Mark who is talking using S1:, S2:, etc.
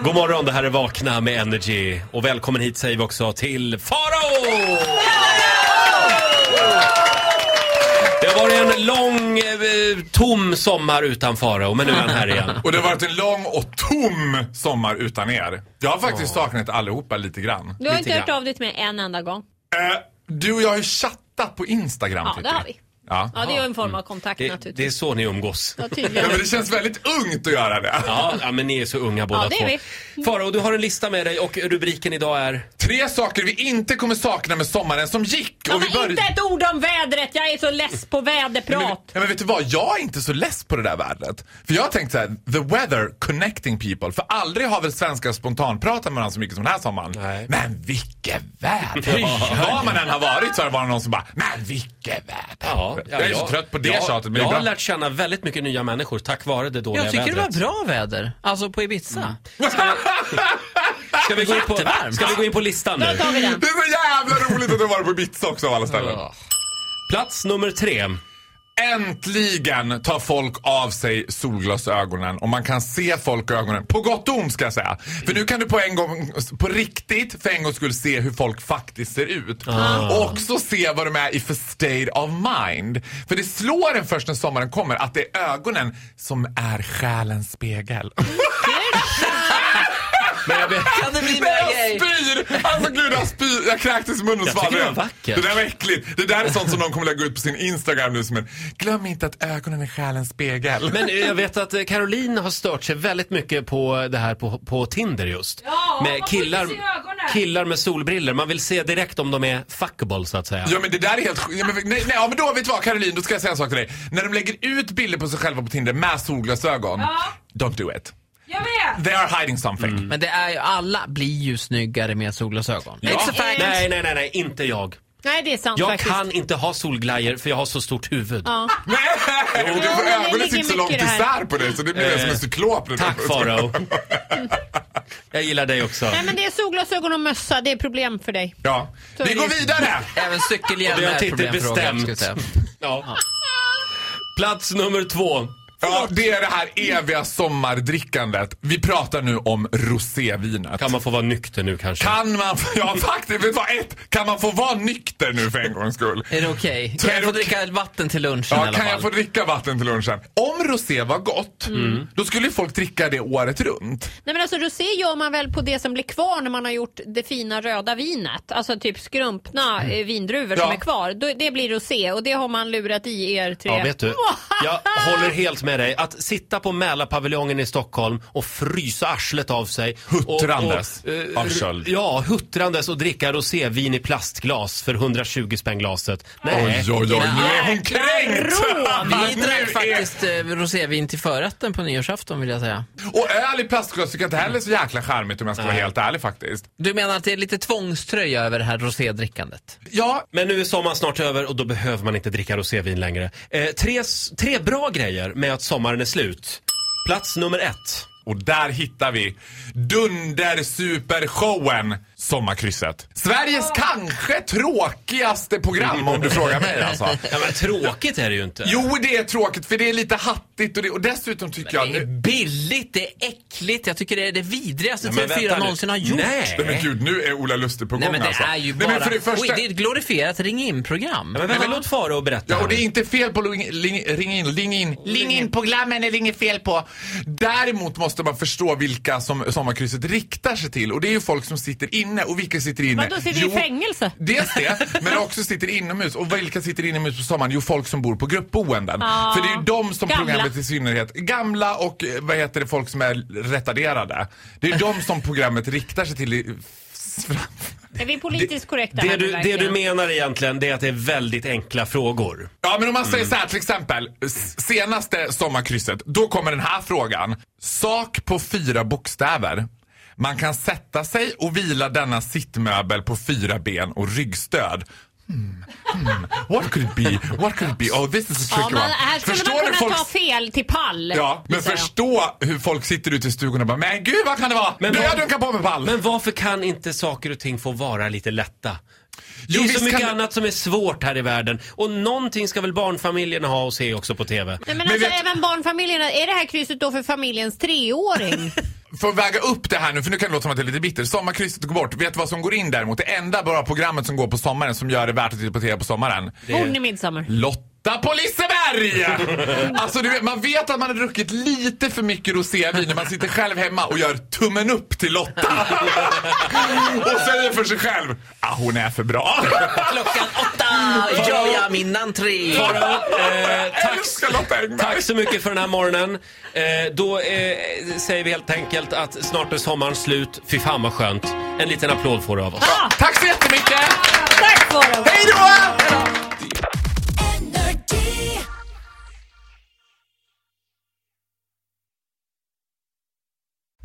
S1: God morgon, det här är Vakna med Energy. Och välkommen hit säger vi också till Farao! Det har varit en lång, eh, tom sommar utan Farao, men nu är han här igen.
S2: Och det har varit en lång och tom sommar utan er. Jag har faktiskt saknat allihopa lite grann.
S3: Du har
S1: Lite
S3: inte hört
S1: grann.
S3: av dig till mig en enda gång.
S2: Eh, du och jag har ju chattat på Instagram
S3: Ja,
S2: Titti.
S3: det har vi.
S2: Ja.
S3: Ja, det är ju en form av kontakt
S1: Mm. Det, det är
S3: naturligtvis.
S1: så ni umgås.
S3: Ja,
S2: Ja,
S3: tydligen.
S2: men det känns väldigt ungt att göra det.
S1: Ja, ja, men ni är så unga båda
S3: Ja, det
S1: två.
S3: är
S1: Farao, du har en lista med dig och rubriken idag är...
S2: Tre saker vi inte kommer sakna med sommaren som gick.
S3: Ja,
S2: vi
S3: men inte ett ord om vädret! Jag är så less på
S2: Men,
S3: väderprat.
S2: ja, men vet du vad, jag är inte så less på det där vädret. För jag har tänkt så här: the weather connecting people. För aldrig har väl svenskar spontanpratat med varandra så mycket som den här sommaren.
S1: Nej.
S2: Men vilket väder! Var man än har varit så har det varit någon som bara, men vilket väder! jag är så trött på det
S1: jag,
S2: tjatet.
S1: Jag
S2: Men det är
S1: har
S2: bra.
S1: lärt känna väldigt mycket nya människor tack vare det dåliga
S4: Jag tycker det
S1: vädret.
S4: var bra väder. Alltså på Ibiza.
S2: Mm.
S1: Ska vi, gå in på,
S4: Jättevarmt.
S1: ska vi gå in på listan nu?
S3: Då tar vi den.
S2: Det är så jävla roligt att du har varit på Ibiza också av alla ställen.
S1: Plats nummer tre.
S2: Äntligen tar folk av sig solglasögonen och man kan se folk i ögonen. På gott och ont ska jag säga. För nu kan du på en gång, på riktigt, för en gångs skull se hur folk faktiskt ser ut.
S1: Ah.
S2: Och också se vad de är i för state of mind. För det slår en först när sommaren kommer att det är ögonen som är själens spegel.
S1: Men jag, be-
S4: Kan det
S2: Nej,
S4: bli mer
S2: jag
S4: grej?
S2: spyr! Alltså gud, jag spyr. Jag kräktes i munnen och
S1: Jag tycker det var vackert.
S2: Det där var äckligt. Det där är sånt som någon kommer lägga ut på sin Instagram nu som en, glöm inte att ögonen är själens spegel.
S1: men jag vet att eh, Caroline har stört sig väldigt mycket på det här på, på Tinder just.
S3: Ja, man
S1: med
S3: får
S1: killar,
S3: inte se ögonen.
S1: killar med solbriller. Man vill se direkt om de är fuckable så att säga.
S2: Ja men det där är helt sjukt. Ja, men, nej, nej, ja, men då vet du vad Caroline, då ska jag säga en sak till dig. När de lägger ut bilder på sig själva på Tinder med solglasögon, don't do it.
S3: Jag vet!
S2: They are hiding something.
S4: Men det är ju, alla blir ju snyggare med solglasögon.
S1: Ja. Nej, nej, nej, nej, inte jag.
S3: Nej, det är sant
S1: Jag
S3: faktiskt.
S1: kan inte ha solglajer för jag har så stort huvud.
S3: Ja.
S2: Nej! Du får
S3: men det
S2: ögonen
S3: ligger
S2: sitter så
S3: mycket
S2: långt
S3: i det här.
S2: isär på dig så det Eh, blir som en cyklop. när du-
S1: Tack Farao. Jag gillar dig också.
S3: Nej, men det är solglasögon och mössa. Det är problem för dig.
S2: Ja.
S3: Så
S2: Vi
S3: är
S2: går
S3: det.
S2: vidare!
S4: Även cykelhjälm
S1: Det har
S4: är ett
S1: Titti
S4: problem för Roger,
S1: bestämt.
S4: ska jag säga.
S1: Ja. Plats nummer två.
S2: Ja, det är det här eviga sommardrickandet. Vi pratar nu om rosévinet.
S1: Kan man få vara nykter nu kanske?
S2: Kan man få, ja faktiskt, vet du vad? Ett, kan man få vara nykter nu för en gångs skull?
S4: Är det okej?
S2: Så
S4: Kan
S2: är
S4: jag
S2: det
S4: få
S2: okej?
S4: dricka vatten till lunchen i
S2: Ja,
S4: alla
S2: kan
S4: fall? Mm.
S2: jag få dricka vatten till lunchen? Om rosé var gott, då skulle ju folk dricka det året runt.
S3: Nej, men alltså, rosé gör man väl på det som blir kvar när man har gjort det fina röda vinet. Alltså typ skrumpna
S1: Mm.
S3: eh, vindruvor som
S2: Ja.
S3: är kvar. Då- Det blir rosé och det har man lurat i er tre.
S1: Ja, vet du. Jag håller helt med dig. Att sitta på Mälarpaviljongen i Stockholm och frysa arslet av sig.
S2: Huttrandes
S1: Och, och, eh,
S2: av köld.
S1: Ja, huttrandes och dricka rosévin i plastglas för 120 spänn glaset. Nej.
S2: Oj, oj, oj, nu är hon
S4: Nej.
S2: kränkt!
S4: Vi
S2: Nu är-
S4: drack faktiskt eh, rosévin till förrätten på nyårsafton vill jag säga.
S2: Och öl i plastglas tycker jag inte heller är så jäkla charmigt om jag ska vara helt ärlig faktiskt.
S4: Du menar att det är lite tvångströja över det här rosédrickandet?
S2: Ja,
S1: Men nu är sommaren snart över och då behöver man inte dricka rosévin längre. Eh, tre, s- tre bra grejer med att sommaren är slut. Plats nummer ett.
S2: Och där hittar vi dundersupershowen Sommarkrysset. Sveriges kanske tråkigaste program om du frågar mig alltså.
S1: Ja, men tråkigt är det ju inte.
S2: Jo, det är tråkigt för det är lite hattigt och, det, och dessutom tycker jag...
S4: Det är
S2: Nu,
S4: billigt, det är äckligt, jag tycker det är det vidrigaste
S1: Ja, men vänta
S4: TV4
S1: nu.
S4: någonsin har gjort.
S1: Nej.
S2: nej men gud, nu är Ola Lustig på gång
S4: Nej men det
S2: alltså.
S4: är ju
S2: Nej,
S4: bara...
S2: men för det första...
S4: Oj, det är ett glorifierat ring-in-program.
S1: Ja, men vänta, låt Farao berätta.
S2: Ja, och det är
S1: här.
S2: inte fel på ling, ling, ring in, ling in. Ling in på glammen är det inget fel på. Däremot måste man förstå vilka som sommarkrysset riktar sig till. Och det är ju folk som sitter inne. Och vilka sitter inne?
S3: Vadå, sitter i fängelse?
S2: Dels det, men också sitter inomhus. Och vilka sitter inomhus på sommaren? Jo, folk som bor på gruppboenden.
S3: Ja.
S2: För det är ju de som
S3: Gamla.
S2: programmet i synnerhet, gamla och eh, vad heter det, folk som är retarderade. Det är de som programmet riktar sig till. i-
S3: Är vi politiskt korrekta
S1: Det
S3: här nu
S1: du, det
S3: verkligen?
S1: du menar egentligen det är att det är väldigt enkla frågor.
S2: Ja, men om man
S1: Mm.
S2: säger så här till exempel. s- Senaste sommarkrysset, då kommer den här frågan. Sak på fyra bokstäver. Man kan sätta sig och vila denna sittmöbel på fyra ben och ryggstöd. Hmm, hmm. What could it be? What could it be? Oh, this is a
S3: Ja,
S2: tricky
S3: men
S2: one.
S3: här skulle
S2: Förstår
S3: man
S2: du
S3: kunna
S2: folks-
S3: ta fel till pall.
S2: Ja, men
S3: gissar jag.
S2: förstå hur folk sitter ute i stugan och bara Men gud vad kan det vara?
S1: Men
S2: Men, jag
S1: vad-
S2: dunkar på med pall!
S1: Men varför kan inte saker och ting få vara lite lätta? Det
S2: Jo,
S1: är
S2: visst
S1: så mycket
S2: kan-
S1: annat som är svårt här i världen. Och någonting ska väl barnfamiljerna ha och se också på TV.
S3: Nej, men,
S2: Men
S3: alltså
S2: vet-
S3: även barnfamiljerna, är det här krysset då för familjens treåring?
S2: för att väga upp det här nu, för nu kan det låta som att jag är lite bitter. Sommarkrysset går bort. Vet du vad som går in däremot? Det enda bra programmet som går på sommaren som gör det värt att titta på TV på sommaren.
S3: Hon i midsommar.
S2: Lotta på Liseberg! Alltså du vet, man vet att man har druckit lite för mycket rosévin när man sitter själv hemma och gör tummen upp till Lotta. och säger för sig själv, ah hon är för bra.
S4: Klockan åtta gör jag min entré.
S1: Eh,
S2: Jag
S1: tack,
S2: älskar Lotta Engberg.
S1: tack så mycket för den här morgonen. Eh, då eh, säger vi helt enkelt att snart är sommaren slut. Fy fan vad skönt. En liten applåd får du av oss.
S2: Tack så jättemycket!
S3: Tack för det.
S2: Hej då!
S5: energy.